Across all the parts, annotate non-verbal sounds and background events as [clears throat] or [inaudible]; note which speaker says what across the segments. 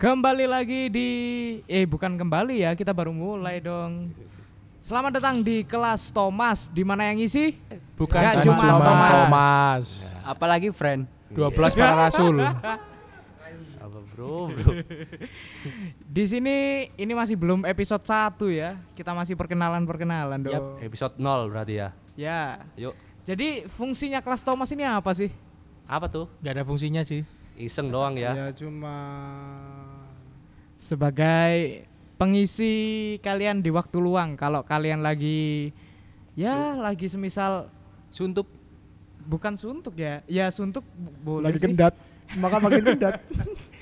Speaker 1: Kembali lagi di eh bukan kembali ya, kita baru mulai dong. Selamat datang di kelas Thomas. Di mana yang isi?
Speaker 2: Bukan
Speaker 1: Nggak
Speaker 2: cuma,
Speaker 1: cuma
Speaker 2: Thomas.
Speaker 3: Thomas.
Speaker 4: Apalagi friend.
Speaker 2: 12 para rasul.
Speaker 4: Apa bro, bro.
Speaker 1: Di sini ini masih belum episode 1 ya. Kita masih perkenalan-perkenalan dong.
Speaker 4: Oh. Episode 0 berarti ya.
Speaker 1: Ya.
Speaker 4: Yuk,
Speaker 1: Jadi fungsinya kelas Thomas ini apa sih?
Speaker 4: apa tuh?
Speaker 2: Gak ada fungsinya sih.
Speaker 4: Iseng doang ya.
Speaker 3: Ya cuma
Speaker 1: Sebagai pengisi kalian di waktu luang kalau kalian lagi ya lagi semisal
Speaker 4: Suntup.
Speaker 1: bukan suntuk ya. Ya suntuk bu- boleh
Speaker 3: lagi
Speaker 1: sih. [laughs]
Speaker 3: kendat. Maka makin kendat.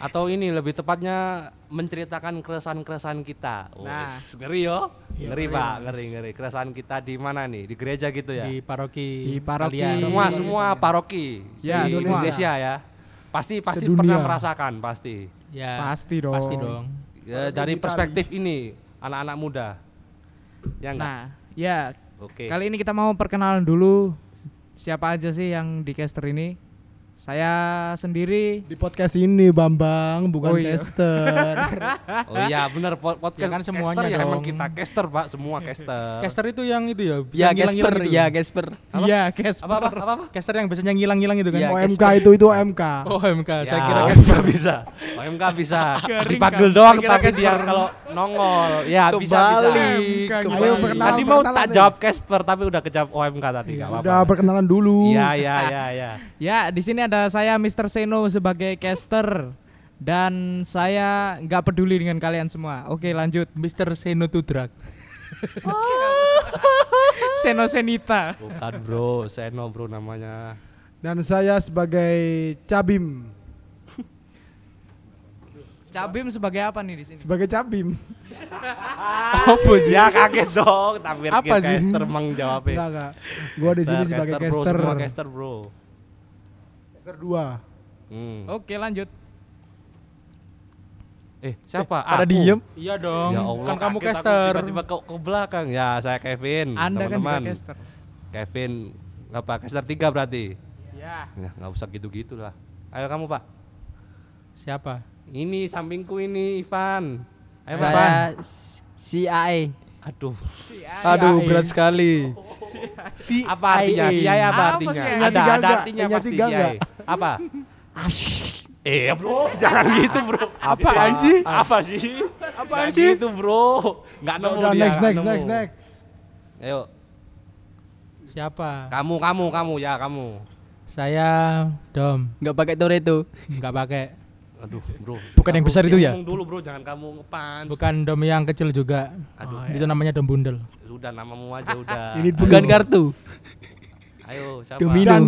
Speaker 4: Atau ini lebih tepatnya menceritakan keresahan-keresahan kita.
Speaker 1: Nah.
Speaker 4: Wes, ngeri yo.
Speaker 3: Iya,
Speaker 4: Ngeri
Speaker 3: ngeri,
Speaker 4: Pak,
Speaker 3: Mas.
Speaker 4: ngeri ngeri. Keresahan kita di mana nih? Di gereja gitu ya.
Speaker 2: Di
Speaker 1: Di
Speaker 2: paroki.
Speaker 1: paroki.
Speaker 2: kalian.
Speaker 4: semua
Speaker 1: Iya,
Speaker 4: semua paroki
Speaker 1: Ya,
Speaker 4: di
Speaker 1: semua.
Speaker 4: Indonesia ya. Pasti pasti
Speaker 3: Sedunia.
Speaker 4: pernah merasakan pasti.
Speaker 2: Ya,
Speaker 1: Pasti dong.
Speaker 2: Pasti dong.
Speaker 4: Ya, dari perspektif ini anak-anak muda. Ya enggak?
Speaker 1: Nah, ya
Speaker 4: Oke.
Speaker 1: Kali ini kita mau perkenalan dulu siapa aja sih yang di caster ini. Saya sendiri
Speaker 3: [laughs] Di podcast ini Bambang
Speaker 1: Oh
Speaker 3: bukan
Speaker 1: iya.
Speaker 2: [laughs]
Speaker 3: caster.
Speaker 4: Oh iya, benar po- podcast
Speaker 2: Ya kan
Speaker 4: caster
Speaker 2: semuanya
Speaker 4: ya emang
Speaker 2: dong.
Speaker 4: kita caster, Pak. Semua caster.
Speaker 2: Caster itu yang itu ya. bisa
Speaker 5: Ya
Speaker 2: ngilang-ngilang
Speaker 5: Gasper,
Speaker 2: gitu.
Speaker 5: ya Gasper.
Speaker 1: Iya, Casper.
Speaker 4: apa apa apa apa
Speaker 2: Caster yang biasanya ngilang-ngilang itu kan.
Speaker 5: Ya,
Speaker 3: OMK
Speaker 5: Casper.
Speaker 3: itu itu OMK.
Speaker 2: Oh, MK. Saya
Speaker 4: Ya,
Speaker 1: [laughs]
Speaker 2: kira kan
Speaker 4: OMK bisa OMK Oh, ya bisa dipagel doang pakai biar kalau nongol ya bisa bisa
Speaker 5: Kembali,
Speaker 3: Ayo
Speaker 5: kembali.
Speaker 3: perkenalan.
Speaker 4: tadi mau
Speaker 3: perkenalan
Speaker 4: tak
Speaker 3: deh.
Speaker 4: jawab Casper tapi udah kejawab OMK tadi nggak apa-apa
Speaker 3: Udah perkenalan dulu.
Speaker 5: Iya.
Speaker 4: ya ya ya ya
Speaker 1: Ya, di sini ada saya Mr. Seno sebagai caster dan saya nggak peduli dengan kalian semua. Oke, lanjut.
Speaker 2: Mr. Seno to Drug.
Speaker 1: [laughs] Seno Senita.
Speaker 4: bukan bro Seno bro namanya
Speaker 3: Dan saya sebagai Cabim.
Speaker 1: Cabim sebagai apa nih di sini?
Speaker 3: Sebagai Cabim.
Speaker 4: apa sih ya kaget dong tapi
Speaker 2: Apa
Speaker 4: kayak
Speaker 2: sih?
Speaker 4: caster mang
Speaker 3: Enggak
Speaker 4: jawabnya
Speaker 3: enggak. Gua di sini
Speaker 4: Caster,
Speaker 3: sebagai
Speaker 4: caster, bro,
Speaker 3: caster.
Speaker 4: semua caster bro
Speaker 3: Caster 2.
Speaker 4: Hmm.
Speaker 1: Oke, lanjut.
Speaker 4: eh siapa
Speaker 3: Ada
Speaker 4: Aku.
Speaker 3: diem.
Speaker 2: Iya dong.
Speaker 4: Ya Allah,
Speaker 2: kan
Speaker 4: kaget
Speaker 2: kamu
Speaker 4: aku
Speaker 2: caster.
Speaker 4: Tiba-tiba ke, ke belakang. Ya, saya Kevin.
Speaker 1: Anda kan juga
Speaker 4: teman-teman.
Speaker 1: caster.
Speaker 4: Kevin apa? Caster 3 berarti.
Speaker 1: Ya.
Speaker 4: Ya, nggak usah gitu-gitu lah. Ayo kamu, Pak.
Speaker 2: Siapa?
Speaker 4: Ini sampingku ini Ivan. Ayo, Ivan.
Speaker 5: Saya s- si AE.
Speaker 4: Aduh.
Speaker 3: iya.
Speaker 5: Aduh, berat sekali.
Speaker 2: Si
Speaker 4: Apa artinya? Si Yai iya, apa,
Speaker 1: Apa
Speaker 4: artinya?
Speaker 1: si Yai?
Speaker 4: Ada,
Speaker 3: Punya tiga
Speaker 4: ada
Speaker 3: nggak?
Speaker 4: artinya
Speaker 3: Punya
Speaker 4: pasti
Speaker 3: tiga
Speaker 4: si
Speaker 3: nggak?
Speaker 4: Yai. Apa? Eh bro, jangan gitu bro. Apaan sih? [laughs] Apa sih? Apaan sih? Itu bro, nggak nemu
Speaker 3: Udah
Speaker 4: dia.
Speaker 3: next
Speaker 4: nggak
Speaker 3: next
Speaker 4: nemu.
Speaker 3: next next.
Speaker 4: Ayo,
Speaker 2: Siapa?
Speaker 4: kamu kamu kamu ya kamu.
Speaker 2: Saya Dom.
Speaker 5: Enggak pakai Toretto.
Speaker 2: Enggak pakai.
Speaker 4: Aduh bro.
Speaker 2: Bukan yang
Speaker 4: Bro,
Speaker 2: besar
Speaker 4: dia
Speaker 2: itu ya?
Speaker 4: Ngomong dulu bro, jangan kamu ngepan.
Speaker 2: Bukan Dom yang kecil juga.
Speaker 4: Aduh.
Speaker 2: Itu namanya Dom Bundel.
Speaker 4: Sudah namamu aja udah.
Speaker 3: Ini dulu.
Speaker 5: Ah. Bukan kartu.
Speaker 4: Ayo siapa?
Speaker 5: Domino.
Speaker 3: Dan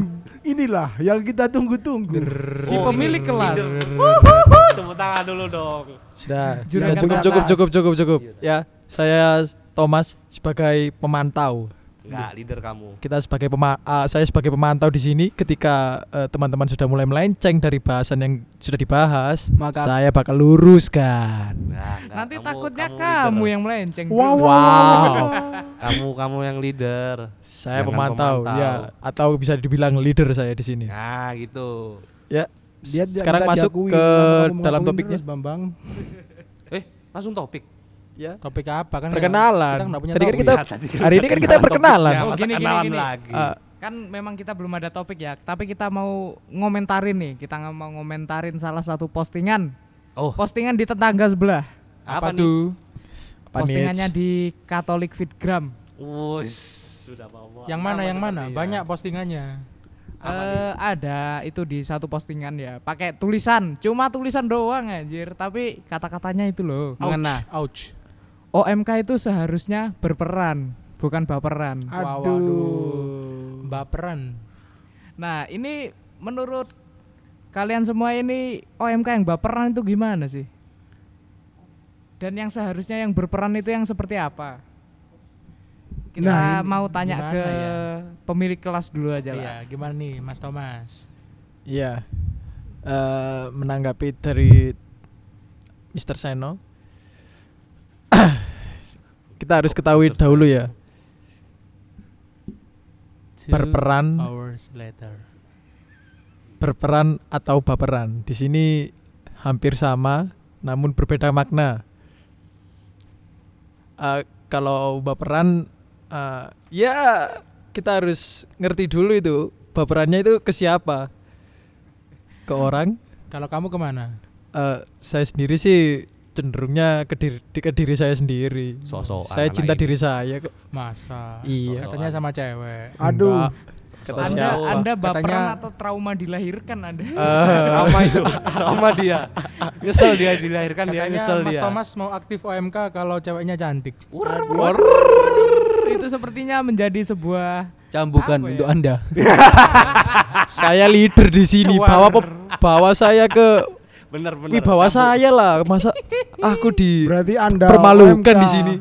Speaker 3: inilah yang kita tunggu-tunggu.
Speaker 1: Si pemilik kelas.
Speaker 4: Tepuk tangan dulu dong.
Speaker 5: Sudah,
Speaker 3: Juragan
Speaker 5: cukup
Speaker 3: atas.
Speaker 5: cukup cukup cukup cukup. Ya,
Speaker 2: Iya.
Speaker 5: saya Thomas sebagai pemantau.
Speaker 4: Enggak, leader kamu.
Speaker 5: Kita sebagai pema ah, saya sebagai pemantau di sini ketika eh, teman-teman sudah mulai melenceng dari bahasan yang sudah dibahas,
Speaker 1: Maka-
Speaker 5: saya bakal luruskan.
Speaker 4: Nah, enggak,
Speaker 1: Nanti
Speaker 4: kamu-
Speaker 1: takutnya kamu,
Speaker 4: leader.
Speaker 1: yang melenceng. Bro.
Speaker 3: Wow, wow, wow,
Speaker 5: Wow.
Speaker 3: wow.
Speaker 4: kamu kamu yang leader.
Speaker 5: Saya
Speaker 4: Jangan
Speaker 5: pemantau, ya atau bisa dibilang leader saya di
Speaker 2: Ya.
Speaker 5: sini.
Speaker 4: Nah, gitu.
Speaker 5: Ya.
Speaker 3: Dia dia-
Speaker 5: sekarang
Speaker 3: minta
Speaker 5: masuk
Speaker 3: diakui,
Speaker 5: ke
Speaker 3: ngomong-ngomong
Speaker 5: dalam
Speaker 3: ngakuin
Speaker 5: topiknya.
Speaker 3: terus, Bambang.
Speaker 4: Eh, langsung topik.
Speaker 5: Ya.
Speaker 2: Topik apa kan?
Speaker 5: Perkenalan.
Speaker 2: Kita nggak punya
Speaker 5: Tadi kan
Speaker 2: topik. [laughs]
Speaker 5: kita
Speaker 4: Ya, tadi
Speaker 5: hari ini kan kita perkenalan.
Speaker 4: topiknya,
Speaker 1: Oh,
Speaker 4: masa
Speaker 1: gini, gini,
Speaker 4: kenalan
Speaker 1: gini.
Speaker 4: lagi.
Speaker 5: Ah,
Speaker 1: Kan memang kita belum ada topik ya, tapi kita mau ngomentarin nih. Kita nggak mau ngomentarin salah satu postingan.
Speaker 4: oh,
Speaker 1: Postingan di tetangga sebelah.
Speaker 4: apa, nih?
Speaker 5: Apa
Speaker 2: tuh?
Speaker 5: nih?
Speaker 1: Postingannya di Catholic Fitgram.
Speaker 4: Wush, sudah bawa.
Speaker 2: Yang mana yang mana? Banyak postingannya.
Speaker 1: Eh ada itu di satu postingan ya, pakai tulisan. Cuma tulisan doang anjir, tapi kata-katanya itu loh. Mengena.
Speaker 2: Ouch.
Speaker 1: OMK itu seharusnya berperan, bukan baperan.
Speaker 2: Wow,
Speaker 3: Aduh.
Speaker 2: Baperan.
Speaker 1: Nah, ini menurut kalian semua ini OMK yang baperan itu gimana sih? Dan yang seharusnya yang berperan itu yang seperti apa? Kita
Speaker 3: Nah,
Speaker 1: mau tanya
Speaker 2: gimana
Speaker 1: ke
Speaker 2: ya?
Speaker 1: pemilik kelas dulu aja lah.
Speaker 2: Iya, gimana nih Mas Thomas?
Speaker 5: Iya. Eh, menanggapi dari Mr. Seno. [clears throat] kita harus ketahui dahulu ya,
Speaker 2: Two
Speaker 5: Berperan.
Speaker 2: hours later.
Speaker 5: berperan atau baperan. Di sini hampir sama, namun berbeda makna. Eh, kalau baperan, eh, ya kita harus ngerti dulu itu baperannya itu ke siapa, ke orang.
Speaker 2: Kalau kamu kemana?
Speaker 5: Eh, saya sendiri sih cenderungnya ke diri, di- ke diri saya sendiri.
Speaker 4: Sosokan
Speaker 5: saya
Speaker 4: anak Ah,
Speaker 5: cinta
Speaker 4: ini.
Speaker 5: diri saya kok.
Speaker 2: Masa?
Speaker 5: Iya.
Speaker 2: Katanya sama cewek.
Speaker 3: Aduh.
Speaker 5: Enggak. Kata
Speaker 4: Soal-
Speaker 1: Anda
Speaker 5: siapa?
Speaker 1: Anda baperan
Speaker 2: Katanya-
Speaker 1: atau trauma dilahirkan [laughs] Anda?
Speaker 4: Sama itu, sama dia. Nyesel dia dilahirkan dia
Speaker 2: Katanya
Speaker 4: nyesel
Speaker 2: Mas
Speaker 4: dia.
Speaker 2: Thomas mau aktif OMK kalau ceweknya cantik.
Speaker 1: itu sepertinya menjadi sebuah
Speaker 6: Cambukan
Speaker 1: Apa ya?
Speaker 6: untuk Anda.
Speaker 5: saya leader di sini. Bawa pe- bawa saya ke
Speaker 4: Bener bener.
Speaker 5: Wih bawa saya lah masa aku di
Speaker 3: Berarti Anda
Speaker 5: Permalukan
Speaker 3: OMK
Speaker 5: di sini.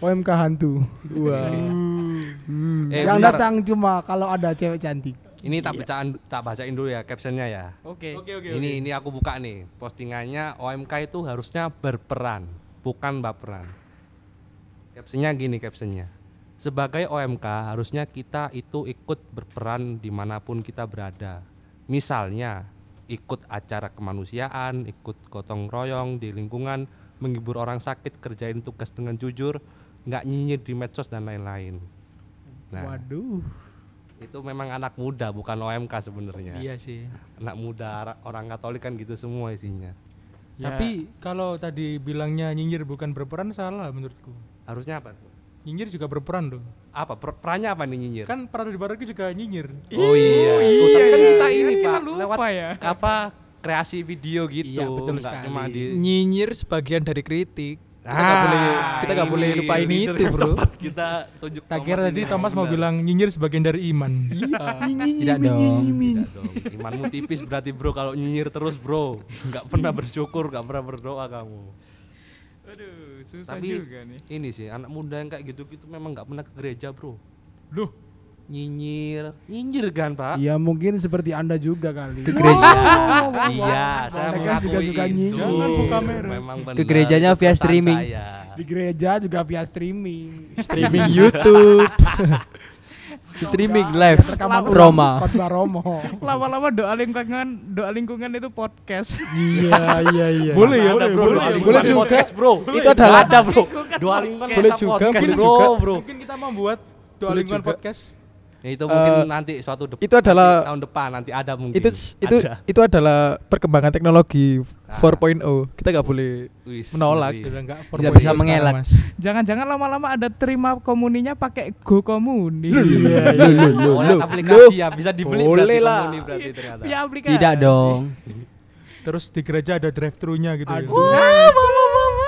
Speaker 3: OMK hantu. Wah.
Speaker 4: [laughs] Eh,
Speaker 3: Yang
Speaker 4: bentar.
Speaker 3: datang cuma kalau ada cewek cantik.
Speaker 4: Ini tak bacaan tak bacain dulu ya captionnya ya.
Speaker 1: Oke.
Speaker 4: ini ini aku buka nih postingannya OMK itu harusnya berperan bukan baperan. Captionnya gini captionnya. Sebagai OMK harusnya kita itu ikut berperan dimanapun kita berada. Misalnya ikut acara kemanusiaan, ikut gotong royong di lingkungan, menghibur orang sakit, kerjain tugas dengan jujur, nggak nyinyir di medsos dan lain-lain. Nah,
Speaker 3: Waduh.
Speaker 4: itu memang anak muda bukan OMK sebenarnya
Speaker 2: Iya sih.
Speaker 4: anak muda ara- orang Katolik kan gitu semua isinya. Ya.
Speaker 2: Tapi kalau tadi bilangnya nyinyir bukan berperan salah menurutku.
Speaker 4: Harusnya apa? tuh?
Speaker 2: Nyinyir juga berperan loh.
Speaker 4: Apa per- perannya apa nih nyinyir?
Speaker 2: Kan Praduga Barokih juga nyinyir.
Speaker 4: oh iya. Oh, tapi kan kita
Speaker 2: Iya,
Speaker 4: ini
Speaker 1: Kita
Speaker 4: Pak
Speaker 1: lupa
Speaker 4: lewat
Speaker 1: ya.
Speaker 4: apa kreasi video gitu.
Speaker 2: Iya, betul
Speaker 4: nggak
Speaker 2: sekali.
Speaker 4: cuma di
Speaker 5: nyinyir sebagian dari kritik.
Speaker 4: Ah,
Speaker 5: Kita nggak boleh kita nggak
Speaker 4: ini
Speaker 5: boleh lupain
Speaker 4: leader
Speaker 5: itu
Speaker 4: yang
Speaker 5: bro.
Speaker 4: tepat kita tunjuk
Speaker 2: Tak kira tadi
Speaker 4: ini.
Speaker 2: Thomas mau
Speaker 4: Benar.
Speaker 2: bilang nyinyir sebagian dari iman.
Speaker 3: Iya,
Speaker 4: [laughs]
Speaker 6: Tidak dong.
Speaker 4: Tidak dong. Imanmu tipis berarti bro kalau nyinyir terus bro. Nggak pernah bersyukur, nggak pernah berdoa kamu.
Speaker 1: Aduh, susah
Speaker 4: Tapi-
Speaker 1: juga nih.
Speaker 4: Ini sih anak muda yang kayak gitu-gitu memang nggak pernah ke gereja bro.
Speaker 1: Loh,
Speaker 4: Nyinyir, nyinyir kan pak?
Speaker 3: Ya mungkin seperti Anda juga kali.
Speaker 6: Ke gereja.
Speaker 4: [laughs] iya, saya
Speaker 3: Mereka
Speaker 4: mengakui
Speaker 3: juga suka
Speaker 4: itu.
Speaker 3: nyinyir.
Speaker 2: Jangan buka merek.
Speaker 4: Memang benar.
Speaker 6: Ke gerejanya
Speaker 4: itu
Speaker 6: via
Speaker 4: pesan
Speaker 6: streaming.
Speaker 4: saya.
Speaker 3: Di gereja juga via
Speaker 2: [laughs]
Speaker 3: streaming.
Speaker 5: Streaming YouTube.
Speaker 6: Streaming live.
Speaker 3: Rekaman ulang
Speaker 6: Roma.
Speaker 3: Khotbah Romo.
Speaker 2: [laughs]
Speaker 1: lama-lama doa lingkungan, doa lingkungan itu podcast.
Speaker 5: iya iya iya.
Speaker 4: Boleh ya, bro.
Speaker 5: boleh,
Speaker 4: Doa lingkungan
Speaker 5: boleh juga.
Speaker 4: podcast, bro.
Speaker 5: Itu adalah-
Speaker 4: ada, bro. Dua lingkungan
Speaker 5: Boleh
Speaker 4: masa
Speaker 5: juga,
Speaker 4: podcast,
Speaker 5: boleh
Speaker 4: bro,
Speaker 5: juga.
Speaker 4: bro.
Speaker 2: Mungkin kita mau buat Doa
Speaker 5: Boleh
Speaker 2: Lingkungan
Speaker 5: juga.
Speaker 2: Podcast.
Speaker 4: Ya, itu mungkin
Speaker 5: Eh,
Speaker 4: nanti suatu dep-
Speaker 5: itu adalah-
Speaker 4: nanti tahun depan nanti ada mungkin.
Speaker 5: Itu itu
Speaker 4: Ada.
Speaker 5: itu adalah perkembangan teknologi
Speaker 4: Ah.
Speaker 5: 4.0 Kita nggak boleh
Speaker 4: Wis, iya.
Speaker 5: menolak.
Speaker 4: mesti.
Speaker 2: Bilang Nah. nggak
Speaker 6: Tidak
Speaker 2: 4.0
Speaker 6: bisa
Speaker 2: sekarang,
Speaker 6: mengelak.
Speaker 2: Mas.
Speaker 1: Jangan-jangan lama-lama ada terima komuninya pakai Go Komuni.
Speaker 4: Iya, Oleh aplikasi ya bisa dibeli
Speaker 5: Boleh
Speaker 4: berarti
Speaker 5: lah.
Speaker 4: komuni berarti ternyata.
Speaker 1: Via aplikasi.
Speaker 6: Tidak dong.
Speaker 2: Terus di gereja ada drive thru-nya gitu. ya.
Speaker 3: Aduh.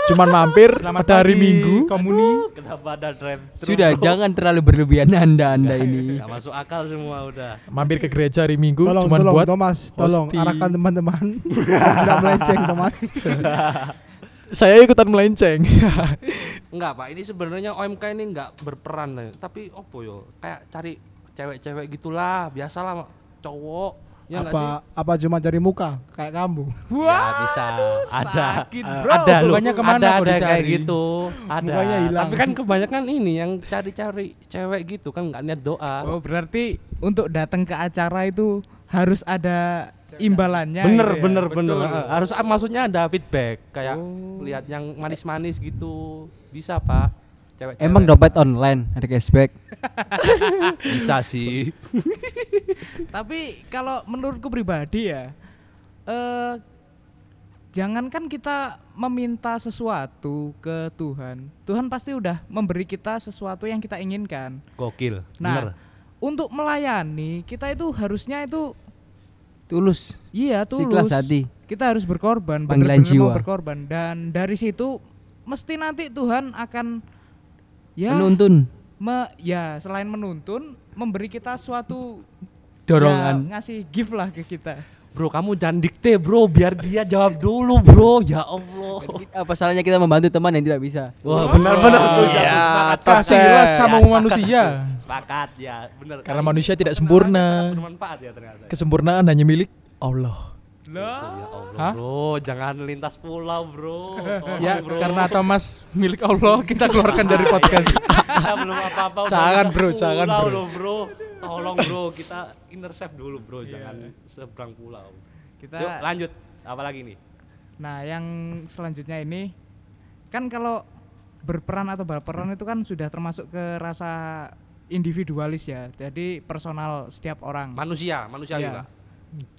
Speaker 5: Cuman mampir pada hari
Speaker 2: pagi,
Speaker 5: Minggu.
Speaker 2: Komuni.
Speaker 4: Kenapa ada drive [laughs]
Speaker 6: Sudah jangan terlalu berlebihan Anda Anda ini.
Speaker 4: Gak masuk akal semua udah.
Speaker 5: Mampir ke gereja hari Minggu
Speaker 3: Tolong,
Speaker 5: cuman
Speaker 3: tolong
Speaker 5: buat
Speaker 3: Thomas, tolong
Speaker 5: hosting.
Speaker 3: arahkan
Speaker 4: [laughs]
Speaker 3: teman-teman. Tidak melenceng Thomas.
Speaker 5: saya ikutan melenceng. [laughs]
Speaker 4: Enggak pak, ini sebenarnya OMK ini enggak berperan lah. Tapi opo yo, kayak cari cewek-cewek gitulah, biasalah cowok. Ya
Speaker 3: apa
Speaker 4: enggak sih?
Speaker 3: apa cuma cari muka kayak kamu?
Speaker 4: Ya bisa. Ada.
Speaker 1: sakit,
Speaker 4: Eh,
Speaker 1: bro.
Speaker 4: Ada loh.
Speaker 2: Mukanya kemana
Speaker 4: ada,
Speaker 2: kok
Speaker 4: ada kayak
Speaker 2: dicari?
Speaker 4: gitu. Ada.
Speaker 3: Mukanya hilang.
Speaker 4: Tapi kan kebanyakan ini yang cari-cari cewek gitu kan enggak niat doa.
Speaker 1: Oh, berarti untuk datang ke acara itu harus ada imbalannya.
Speaker 2: Iya,
Speaker 4: bener,
Speaker 1: gitu ya?
Speaker 4: bener, bener. Eh, Harus ah, maksudnya ada feedback kayak
Speaker 2: Oh.
Speaker 4: lihat yang manis-manis gitu. Bisa, Pak. Cewek
Speaker 6: Emang dompet online ada cashback.
Speaker 4: bisa sih.
Speaker 1: Tapi kalau menurutku pribadi ya, eh jangankan kita meminta sesuatu ke Tuhan, Tuhan pasti udah memberi kita sesuatu yang kita inginkan.
Speaker 4: Gokil.
Speaker 1: Nah,
Speaker 4: bener.
Speaker 1: untuk melayani kita itu harusnya itu
Speaker 6: Tulus.
Speaker 1: iya tulus.
Speaker 6: Seikhlas hati.
Speaker 1: Kita harus berkorban, bener-bener
Speaker 6: Panggilan
Speaker 1: mau
Speaker 6: jiwa.
Speaker 1: berkorban dan dari situ mesti nanti Tuhan akan ya
Speaker 6: Menuntun.
Speaker 1: me- ya selain menuntun memberi kita suatu ya,
Speaker 6: Dorongan.
Speaker 1: ngasih gift lah ke kita.
Speaker 4: Bro, kamu jangan dikte, bro. Biar dia jawab dulu, bro. Ya Allah.
Speaker 6: Apa salahnya kita membantu teman yang tidak bisa?
Speaker 4: Wah, benar-benar setuju. aku sepakat. Iya,
Speaker 2: Kasih
Speaker 5: Saya-
Speaker 2: lah sama
Speaker 4: ya,
Speaker 2: manusia.
Speaker 4: Sepakat ya, benar.
Speaker 5: Karena manusia tidak sempurna.
Speaker 4: Bermanfaat ya ternyata.
Speaker 5: Kesempurnaan hanya milik Allah.
Speaker 4: Ya Allah, bro, jangan lintas pulau, bro. Tolong,
Speaker 2: Ya,
Speaker 4: bro.
Speaker 2: karena Thomas milik Allah kita keluarkan dari podcast.
Speaker 4: kita belum apa-apa. udah
Speaker 5: Jangan,
Speaker 4: lintas
Speaker 5: bro, jangan,
Speaker 4: pulau
Speaker 5: bro.
Speaker 4: loh, bro. Tolong, bro, kita Iya. intercept dulu, bro. Jangan seberang pulau.
Speaker 1: Kita
Speaker 4: Yuk, lanjut. Apalagi nih?
Speaker 1: Nah, yang selanjutnya ini kan kalau berperan atau baperan itu kan sudah termasuk ke rasa individualis ya. Jadi personal setiap orang.
Speaker 4: Manusia, manusia
Speaker 1: Iya.
Speaker 4: juga.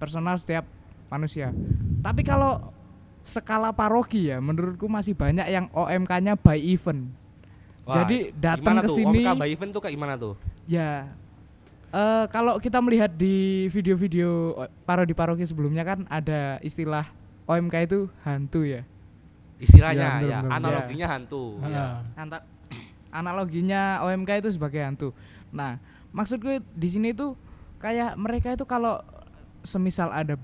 Speaker 1: Personal setiap manusia. Tapi kalau skala paroki ya menurutku masih banyak yang OMK-nya by event.
Speaker 4: Wah,
Speaker 1: Jadi datang ke
Speaker 4: gimana tuh?
Speaker 1: sini
Speaker 4: Omka by event tuh kayak gimana tuh?
Speaker 1: ya eh kalau kita melihat di video-video o- parodi-paroki sebelumnya kan ada istilah OMK itu hantu ya.
Speaker 3: Iya, bener,
Speaker 4: Istilahnya ya,
Speaker 3: bener, bener.
Speaker 4: analoginya hantu. ya.
Speaker 3: Ah.
Speaker 1: Anta- [clears throat] analoginya OMK itu sebagai hantu. Nah, maksudku di sini itu kayak mereka itu kalau semisal ada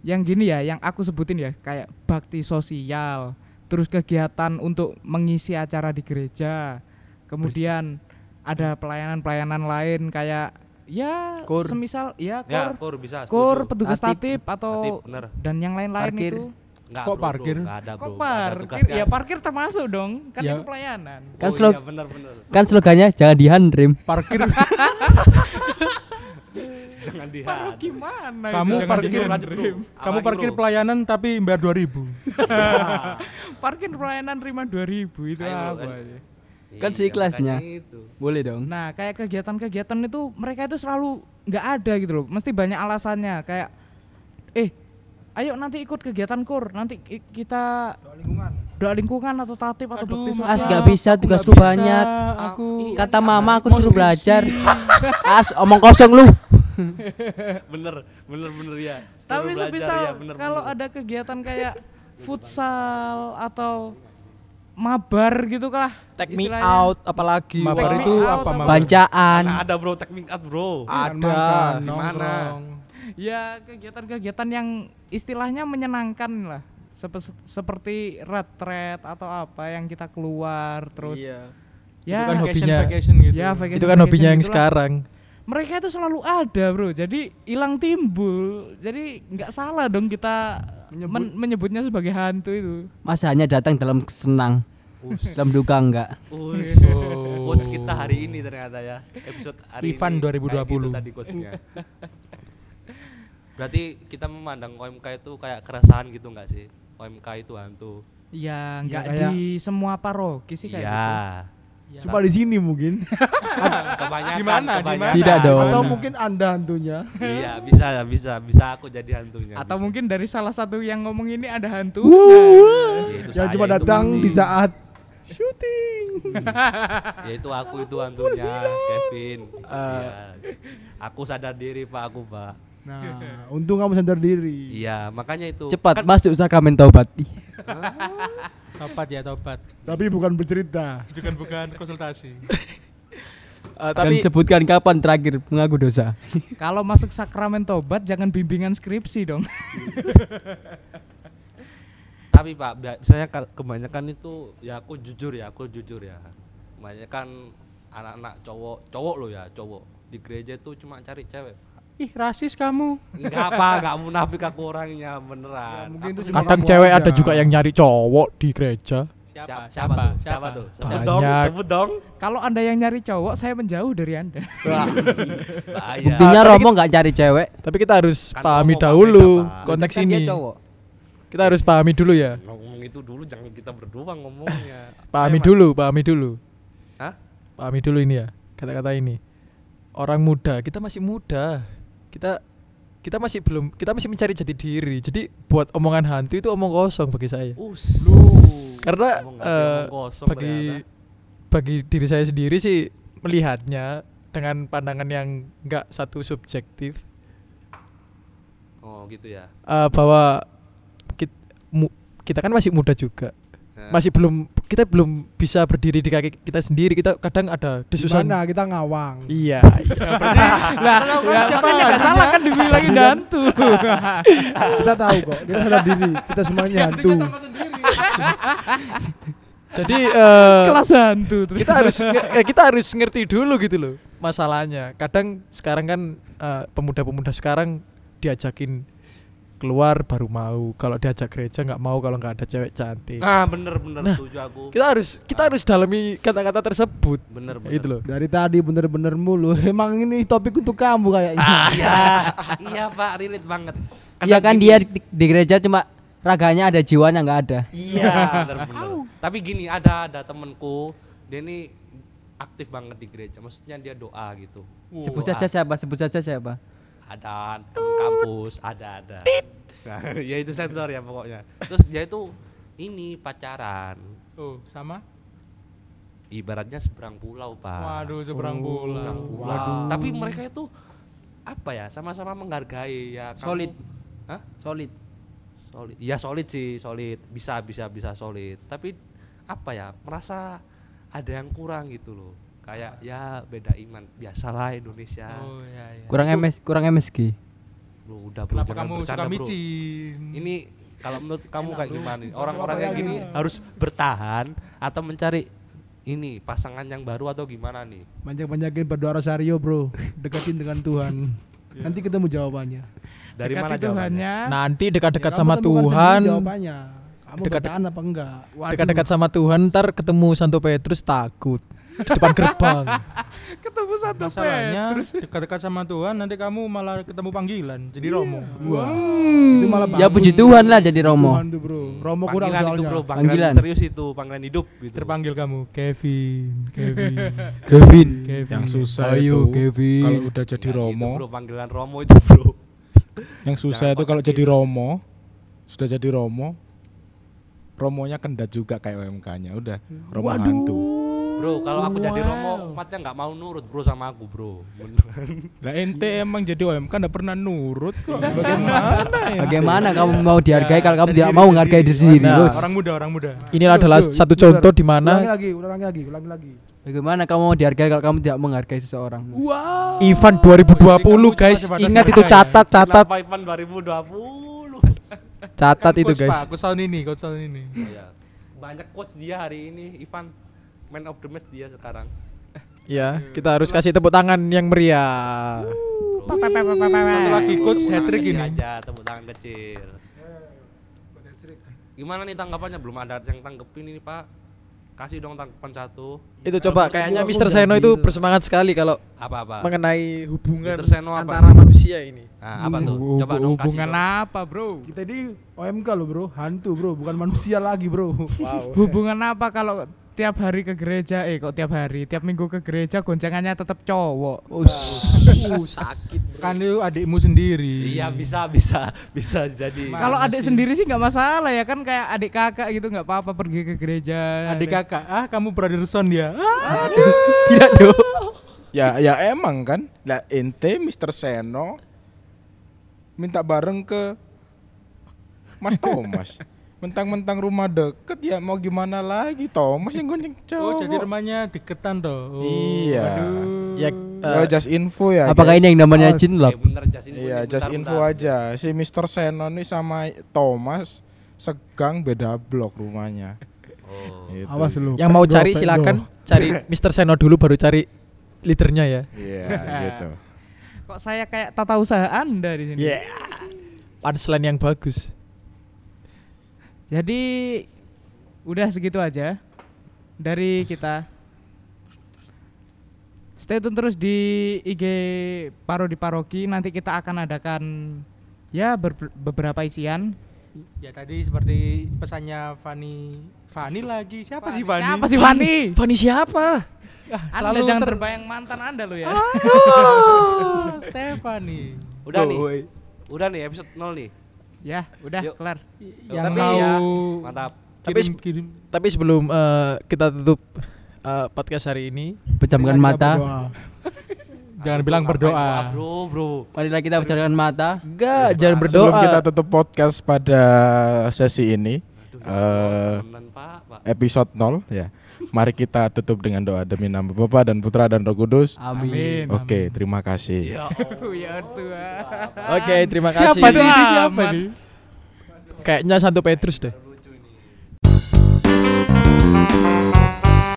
Speaker 1: yang gini ya, yang aku sebutin ya, kayak bakti sosial, terus kegiatan untuk mengisi acara di gereja. Kemudian ada pelayanan-pelayanan lain kayak ya
Speaker 6: Kor.
Speaker 1: semisal ya kor,
Speaker 4: Ya, kur bisa.
Speaker 1: kor
Speaker 4: setuju.
Speaker 1: petugas statib
Speaker 6: Tatib.
Speaker 1: atau
Speaker 4: Tatib, bener.
Speaker 1: dan yang lain-lain
Speaker 6: Parkir.
Speaker 1: itu.
Speaker 4: Enggak,
Speaker 2: Kok
Speaker 4: bro, bro,
Speaker 2: parkir?
Speaker 4: enggak ada, bro.
Speaker 1: Kok
Speaker 4: Enggak ada
Speaker 1: parkir?
Speaker 4: tugas-tugas.
Speaker 1: Ya parkir termasuk dong, kan
Speaker 2: Ya.
Speaker 1: itu pelayanan.
Speaker 6: Kan
Speaker 4: Oh
Speaker 6: slot-
Speaker 4: iya, bener, bener.
Speaker 6: Kan slogannya jangan dihandrim.
Speaker 5: parkir
Speaker 4: Jangan di
Speaker 1: Parah gimana
Speaker 2: Kamu
Speaker 1: itu?
Speaker 4: Jangan
Speaker 2: parkir,
Speaker 4: dihandrim, lanjut, bro.
Speaker 2: kamu
Speaker 4: Apalagi,
Speaker 2: parkir
Speaker 4: bro?
Speaker 2: pelayanan tapi bayar 2000
Speaker 1: parkir pelayanan terima 2000 itu
Speaker 4: Ayo,
Speaker 1: apa ya?
Speaker 4: ayo.
Speaker 6: Kan seikhlasnya.
Speaker 4: makanya itu.
Speaker 6: Boleh dong.
Speaker 1: Nah, kayak kegiatan-kegiatan itu mereka itu selalu nggak ada gitu loh. Mesti banyak alasannya kayak eh ayo nanti ikut kegiatan kur, nanti ki- kita doa lingkungan atau tatip atau bakti sosial.
Speaker 6: Mas, nggak bisa,
Speaker 2: aku nggak
Speaker 6: tugasku
Speaker 2: bisa,
Speaker 6: banyak.
Speaker 4: Ah,
Speaker 2: aku
Speaker 6: Kata mama aku
Speaker 2: Mau
Speaker 6: disuruh belajar.
Speaker 1: Iya.
Speaker 2: skripsi.
Speaker 6: As omong kosong lu.
Speaker 4: Bener, bener, bener ya.
Speaker 1: Tapi
Speaker 4: Suruh belajar,
Speaker 1: semisal
Speaker 4: ya, bener,
Speaker 1: kalau
Speaker 4: bener.
Speaker 1: ada kegiatan kayak futsal atau mabar gitu lah.
Speaker 5: take me
Speaker 1: istilahnya.
Speaker 5: out apalagi
Speaker 2: Mabar
Speaker 1: Take me
Speaker 5: wah.
Speaker 2: itu
Speaker 1: out
Speaker 2: apa,
Speaker 1: apa?
Speaker 2: Mabar?
Speaker 4: Nah,
Speaker 6: Bancaan.
Speaker 4: ada bro, teknik out bro.
Speaker 5: ada
Speaker 4: Di mana?
Speaker 3: nongkrong.
Speaker 1: Ya kegiatan-kegiatan yang istilahnya menyenangkan lah Sepe- seperti retret atau apa yang kita keluar terus
Speaker 5: Iya.
Speaker 1: ya
Speaker 5: Itu kan
Speaker 2: vacation
Speaker 5: hobinya.
Speaker 2: vacation gitu
Speaker 1: ya vacation-
Speaker 5: itu kan hobinya
Speaker 1: vacation
Speaker 5: yang
Speaker 1: gitulah.
Speaker 5: sekarang
Speaker 1: mereka itu selalu ada bro jadi hilang timbul jadi nggak salah dong kita men- menyebutnya sebagai hantu itu
Speaker 6: Mas hanya datang dalam senang. Dalam duka enggak.
Speaker 4: Us. Quotes kita hari ini ternyata ya. Episode hari
Speaker 2: Ivan
Speaker 4: ini.
Speaker 2: 2020.
Speaker 4: Kayak gitu tadi quotesnya. Berarti kita memandang OMK itu kayak keresahan gitu nggak sih? OMK itu hantu.
Speaker 1: ya nggak
Speaker 3: kayak-
Speaker 1: di semua paroki sih kayak gitu.
Speaker 4: Iya.
Speaker 3: Cuma di sini mungkin.
Speaker 4: Kebanyakan,
Speaker 2: Di mana, di
Speaker 4: kebanyakan.
Speaker 2: mana?
Speaker 6: Tidak dong.
Speaker 3: Atau
Speaker 2: Mana?
Speaker 3: mungkin Anda hantunya.
Speaker 4: Iya, bisa, bisa, bisa aku jadi hantunya.
Speaker 1: atau
Speaker 4: bisa.
Speaker 1: mungkin dari salah satu yang ngomong ini ada hantu
Speaker 4: Ya, itu
Speaker 3: Yang
Speaker 4: saya,
Speaker 3: cuma
Speaker 4: itu
Speaker 3: datang
Speaker 4: pasti.
Speaker 3: di saat syuting.
Speaker 4: Ya itu aku itu hantunya, Kevin. Iya. Aku sadar diri, Pak, aku, Pak.
Speaker 3: Nah, untung kamu sadar diri.
Speaker 4: Iya, makanya itu.
Speaker 6: Cepat masuk sakramen taubat. Ih,
Speaker 2: topat ya topat
Speaker 3: Tapi bukan bercerita.
Speaker 2: bukan bukan konsultasi
Speaker 5: Eh,
Speaker 6: Dan
Speaker 5: tapi
Speaker 6: sebutkan kapan terakhir mengaku dosa.
Speaker 1: Kalau masuk sakramen tobat jangan bimbingan skripsi dong.
Speaker 4: tapi pak bia- biasanya kal- kebanyakan itu ya aku jujur ya aku jujur ya kebanyakan anak-anak cowok cowok loh ya cowok di gereja itu cuma cari cewek Pak.
Speaker 2: ih rasis kamu
Speaker 4: enggak pak enggak munafik aku
Speaker 3: Ya,
Speaker 4: orangnya beneran
Speaker 3: mungkin
Speaker 4: Aku
Speaker 3: itu
Speaker 4: cuma-
Speaker 3: cuma
Speaker 5: kadang
Speaker 3: kamu
Speaker 5: cewek
Speaker 3: aja.
Speaker 5: ada juga yang nyari cowok di gereja
Speaker 4: siapa siapa tuh siapa tuh sebut dong
Speaker 5: Banyak.
Speaker 4: sebut dong
Speaker 1: Kalau Anda yang nyari cowok, saya menjauh dari Anda.
Speaker 4: bahaya
Speaker 6: Buktinya Romo enggak cari cewek.
Speaker 5: tapi kita harus
Speaker 4: Kan
Speaker 5: pahami
Speaker 4: cowok, Pak, beda,
Speaker 5: dahulu
Speaker 4: Pak. Iya.
Speaker 5: konteks
Speaker 6: Kan
Speaker 5: ini
Speaker 6: Dia cowok.
Speaker 5: kita harus pahami dulu ya
Speaker 4: ngomong itu dulu jangan kita berdua ngomongnya Ayo, Iya,
Speaker 5: pahami
Speaker 4: Mas.
Speaker 5: dulu pahami dulu
Speaker 4: Hah?
Speaker 5: pahami dulu ini ya kata-kata ini orang muda kita masih muda kita kita masih belum kita masih mencari jati diri jadi buat omongan hantu itu omong kosong bagi saya
Speaker 4: Us.
Speaker 5: karena
Speaker 4: Ngomong nggak
Speaker 5: eh,
Speaker 4: diomong kosong
Speaker 5: bagi
Speaker 4: ternyata.
Speaker 5: bagi diri saya sendiri sih melihatnya dengan pandangan yang nggak satu subjektif
Speaker 4: oh gitu ya
Speaker 5: eh, bahwa kit- mu- kita, kan masih muda juga
Speaker 4: Nah,
Speaker 5: masih belum kita belum bisa berdiri di kaki kita sendiri kita kadang ada desusan
Speaker 3: Gimana kita ngawang. [laughs]
Speaker 5: iya
Speaker 1: Lah, makanya nggak salah kan dibilangin hantu.
Speaker 3: Kita tahu kok, kita sadar diri. Kita semuanya
Speaker 2: Iya,
Speaker 3: hantu. [laughs]
Speaker 5: jadi eh,
Speaker 1: Kelas hantu. terus.
Speaker 5: kita harus nge- eh, kita harus ngerti dulu gitu loh masalahnya kadang sekarang kan eh, pemuda-pemuda sekarang diajakin keluar baru mau kalau diajak gereja nggak mau kalau nggak ada cewek cantik
Speaker 4: nah bener bener setuju aku
Speaker 5: kita harus kita harus dalami kata-kata tersebut
Speaker 4: bener bener
Speaker 5: itu loh
Speaker 3: Dari tadi bener-bener mulu. Emang ini topik untuk kamu kayaknya.
Speaker 4: iya iya pak relate banget
Speaker 6: Iya kan
Speaker 4: gini,
Speaker 6: dia di, di gereja cuma raganya ada jiwanya nggak ada
Speaker 4: Iya, benar-benar. Tapi gini, ada ada temenku, dia ini aktif banget di gereja. Maksudnya dia doa gitu.
Speaker 6: sebut
Speaker 4: Doa.
Speaker 6: saja siapa sebut saja siapa
Speaker 4: Ada temen kampus, ada ada. Nah, [laughs] ya itu sensor ya pokoknya. Terus dia itu ini pacaran.
Speaker 2: Oh, sama?
Speaker 4: Ibaratnya seberang pulau, Pak.
Speaker 2: Waduh, seberang
Speaker 4: Seberang
Speaker 2: bulan.
Speaker 4: pulau. Tapi mereka itu apa ya? Sama-sama menghargai ya. kamu-
Speaker 6: Solid.
Speaker 4: Hah?
Speaker 6: solid
Speaker 4: solid ya solid sih solid bisa bisa bisa solid tapi apa ya merasa ada yang kurang gitu loh kayak ya beda iman biasalah Indonesia
Speaker 2: Ah. Oh, iya iya.
Speaker 6: kurang ms kurang msg
Speaker 4: lu udah bro,
Speaker 2: Kenapa
Speaker 4: jangan
Speaker 2: kamu
Speaker 4: bercanda
Speaker 2: suka
Speaker 4: bro
Speaker 2: micin?
Speaker 4: ini kalau menurut kamu kayak gimana nih? orang-orang kayak gini harus bertahan atau mencari ini pasangan yang baru atau gimana nih
Speaker 3: Banyak-banyakin berdoa rosario, Bro. Deketin dengan Tuhan. Nanti ketemu jawabannya.
Speaker 4: dari
Speaker 1: Dekati
Speaker 4: mana jawabannya
Speaker 1: Tuhannya.
Speaker 5: Nanti dekat-dekat
Speaker 3: Ya, kamu
Speaker 5: sama
Speaker 3: temukan sendiri
Speaker 5: Tuhan,
Speaker 3: Jawabannya. Kamu
Speaker 5: Dekat-
Speaker 3: bertahan apa enggak?
Speaker 5: dekat-dekat sama Tuhan, ntar ketemu Santo Petrus takut di depan gerbang.
Speaker 1: ketemu satu
Speaker 2: Masalahnya
Speaker 1: Petrus
Speaker 2: dekat-dekat sama [laughs] Tuhan nanti kamu malah ketemu panggilan jadi romo.
Speaker 3: Itu malah
Speaker 6: ya
Speaker 3: bangun.
Speaker 6: puji tuhan lah jadi romo
Speaker 3: Tuhan tuh, Bro. Romo kurang
Speaker 4: panggilan itu
Speaker 3: soalnya.
Speaker 4: bro panggilan,
Speaker 6: Panggilan.
Speaker 4: serius itu panggilan hidup gitu
Speaker 2: Terpanggil kamu Kevin, [laughs] Kevin,
Speaker 5: Kevin,
Speaker 2: Kevin.
Speaker 5: Hmm.
Speaker 7: yang susah itu
Speaker 5: Kevin.
Speaker 7: kalau udah jadi
Speaker 4: Nah, itu,
Speaker 7: romo
Speaker 4: bro panggilan romo itu bro
Speaker 7: yang susah
Speaker 4: Jangan
Speaker 7: itu kalau
Speaker 4: pakai
Speaker 7: jadi romo sudah jadi romo romonya kendat juga kayak UMK-nya udah romo hantu
Speaker 4: Bro, kalau aku jadi Romo, umatnya nggak mau nurut bro sama aku bro. Beneran.
Speaker 7: lah ente emang jadi UMK nggak pernah nurut kok bagaimana ya
Speaker 6: bagaimana kamu mau dihargai kalau kamu tidak
Speaker 2: jadi diri
Speaker 6: mau
Speaker 2: sendiri.
Speaker 6: menghargai diri sendiri
Speaker 5: Nah,
Speaker 6: bos
Speaker 2: Orang muda, orang muda.
Speaker 5: Inilah adalah
Speaker 3: Tuh, tuh,
Speaker 5: satu
Speaker 3: itu benar.
Speaker 5: contoh di
Speaker 3: Ulangi
Speaker 5: mana
Speaker 3: lagi, ulangi lagi, ulangi lagi.
Speaker 6: bagaimana kamu mau dihargai kalau kamu tidak menghargai seseorang bos?
Speaker 5: Ivan 2020
Speaker 2: Jadi kamu
Speaker 5: guys,
Speaker 2: cuma sebatas
Speaker 5: ingat itu
Speaker 2: percaya.
Speaker 5: catat catat
Speaker 4: Kenapa Ivan 2020?
Speaker 5: catat
Speaker 2: Kan
Speaker 5: itu
Speaker 2: coach, Pak,
Speaker 5: guys.
Speaker 2: coach tahun ini, coach tahun ini.
Speaker 4: Oh, ya. Banyak coach dia hari ini, Ivan. Man of the match dia sekarang.
Speaker 5: Ya, kita harus kasih tepuk tangan yang meriah.
Speaker 2: Satu lagi coach hat trick
Speaker 4: Ini
Speaker 2: ini.
Speaker 4: aja tepuk tangan kecil. Gimana nih tanggapannya? Belum ada yang tanggepin ini pak. Kasih dong tanggapan satu.
Speaker 5: Itu coba kayaknya Mr. Seno itu bersemangat sekali kalau
Speaker 2: Ah.
Speaker 4: Apa-apa?
Speaker 5: mengenai hubungan
Speaker 4: Mr. Seno apa?
Speaker 5: antara manusia ini.
Speaker 4: Nah, apa tuh? Coba dong kasih
Speaker 1: hubungan
Speaker 4: dong.
Speaker 1: apa bro?
Speaker 3: Kita ini OMK loh, Bro. Hantu, Bro, bukan manusia lagi, Bro.
Speaker 5: Wow.
Speaker 1: Hubungan apa kalau tiap hari ke gereja eh kok tiap hari tiap minggu ke gereja goncangannya tetap cowok
Speaker 2: Kan itu adikmu sendiri.
Speaker 4: Iya bisa bisa bisa jadi.
Speaker 1: [laughs] kalau adik sendiri sih nggak masalah ya kan kayak adik kakak gitu nggak apa-apa pergi ke gereja
Speaker 2: Adik kakak, ah kamu brotherson
Speaker 7: [laughs]
Speaker 2: dia. Ah,
Speaker 5: Tidak dong.
Speaker 7: ya ya emang kan lah ente Mr. Seno minta bareng ke Mas Thomas mentang-mentang rumah deket ya mau gimana lagi Thomas yang gonceng cowok
Speaker 2: oh, jadi rumahnya deketan toh. Oh,
Speaker 7: Iya.
Speaker 2: Aduh.
Speaker 5: Ya,
Speaker 7: Oh,
Speaker 5: eh,
Speaker 7: just info ya
Speaker 6: apakah
Speaker 7: guys.
Speaker 6: ini yang namanya jin
Speaker 4: Eh,
Speaker 6: loh
Speaker 4: bener Jasin
Speaker 7: Iya, just info aja. Si Mr. Seno nih sama Thomas segang beda blok rumahnya.
Speaker 4: Oh.
Speaker 7: Gitu.
Speaker 3: Awas lu.
Speaker 5: yang mau
Speaker 3: Pedro,
Speaker 5: cari
Speaker 3: Pedro.
Speaker 5: silakan
Speaker 7: [laughs]
Speaker 5: cari Mr. Seno dulu baru cari leadernya ya.
Speaker 6: [laughs]
Speaker 7: Iya, gitu.
Speaker 1: kok saya kayak tata usaha anda di sini
Speaker 5: Yeah. Punchline yang bagus.
Speaker 1: jadi udah segitu aja dari kita stay tune terus di IG Parodi Paroki nanti kita akan adakan ya ber- beberapa isian
Speaker 2: Ya tadi seperti pesannya Fani Fani lagi. Siapa sih [laughs] Fani?
Speaker 1: siapa sih Fani?
Speaker 5: Fani siapa?
Speaker 1: Anda jangan terbayang mantan Anda lo ya.
Speaker 2: Ah. Stefani.
Speaker 4: Udah nih. Udah nih episode 0 nih.
Speaker 1: Ya, udah
Speaker 4: Yuk.
Speaker 1: kelar.
Speaker 2: Yang
Speaker 4: Tapi
Speaker 2: mau
Speaker 4: ya, mantap.
Speaker 5: Tapi
Speaker 2: kirim,
Speaker 5: sep-
Speaker 2: kirim.
Speaker 5: Tapi sebelum eh, kita tutup eh, podcast hari ini,
Speaker 6: pejamkan
Speaker 3: Kita
Speaker 6: mata
Speaker 3: berdoa.
Speaker 2: Jangan bilang
Speaker 4: Ngapain doa,
Speaker 2: berdoa.
Speaker 4: Bro, bro.
Speaker 6: marilah kita pejamkan mata
Speaker 5: enggak jangan
Speaker 7: Sebelum
Speaker 5: berdoa.
Speaker 7: kita tutup podcast pada sesi ini eh
Speaker 4: Temenan, Pak, Pak.
Speaker 7: episode 0 ya. Mari kita tutup dengan doa demi nama Bapa dan Putra dan Roh Kudus.
Speaker 6: amin
Speaker 7: Oke, terima kasih.
Speaker 5: Oke, terima kasih.
Speaker 2: Siapa sih ini? Siapa nih?
Speaker 5: Kayaknya Santo Petrus deh.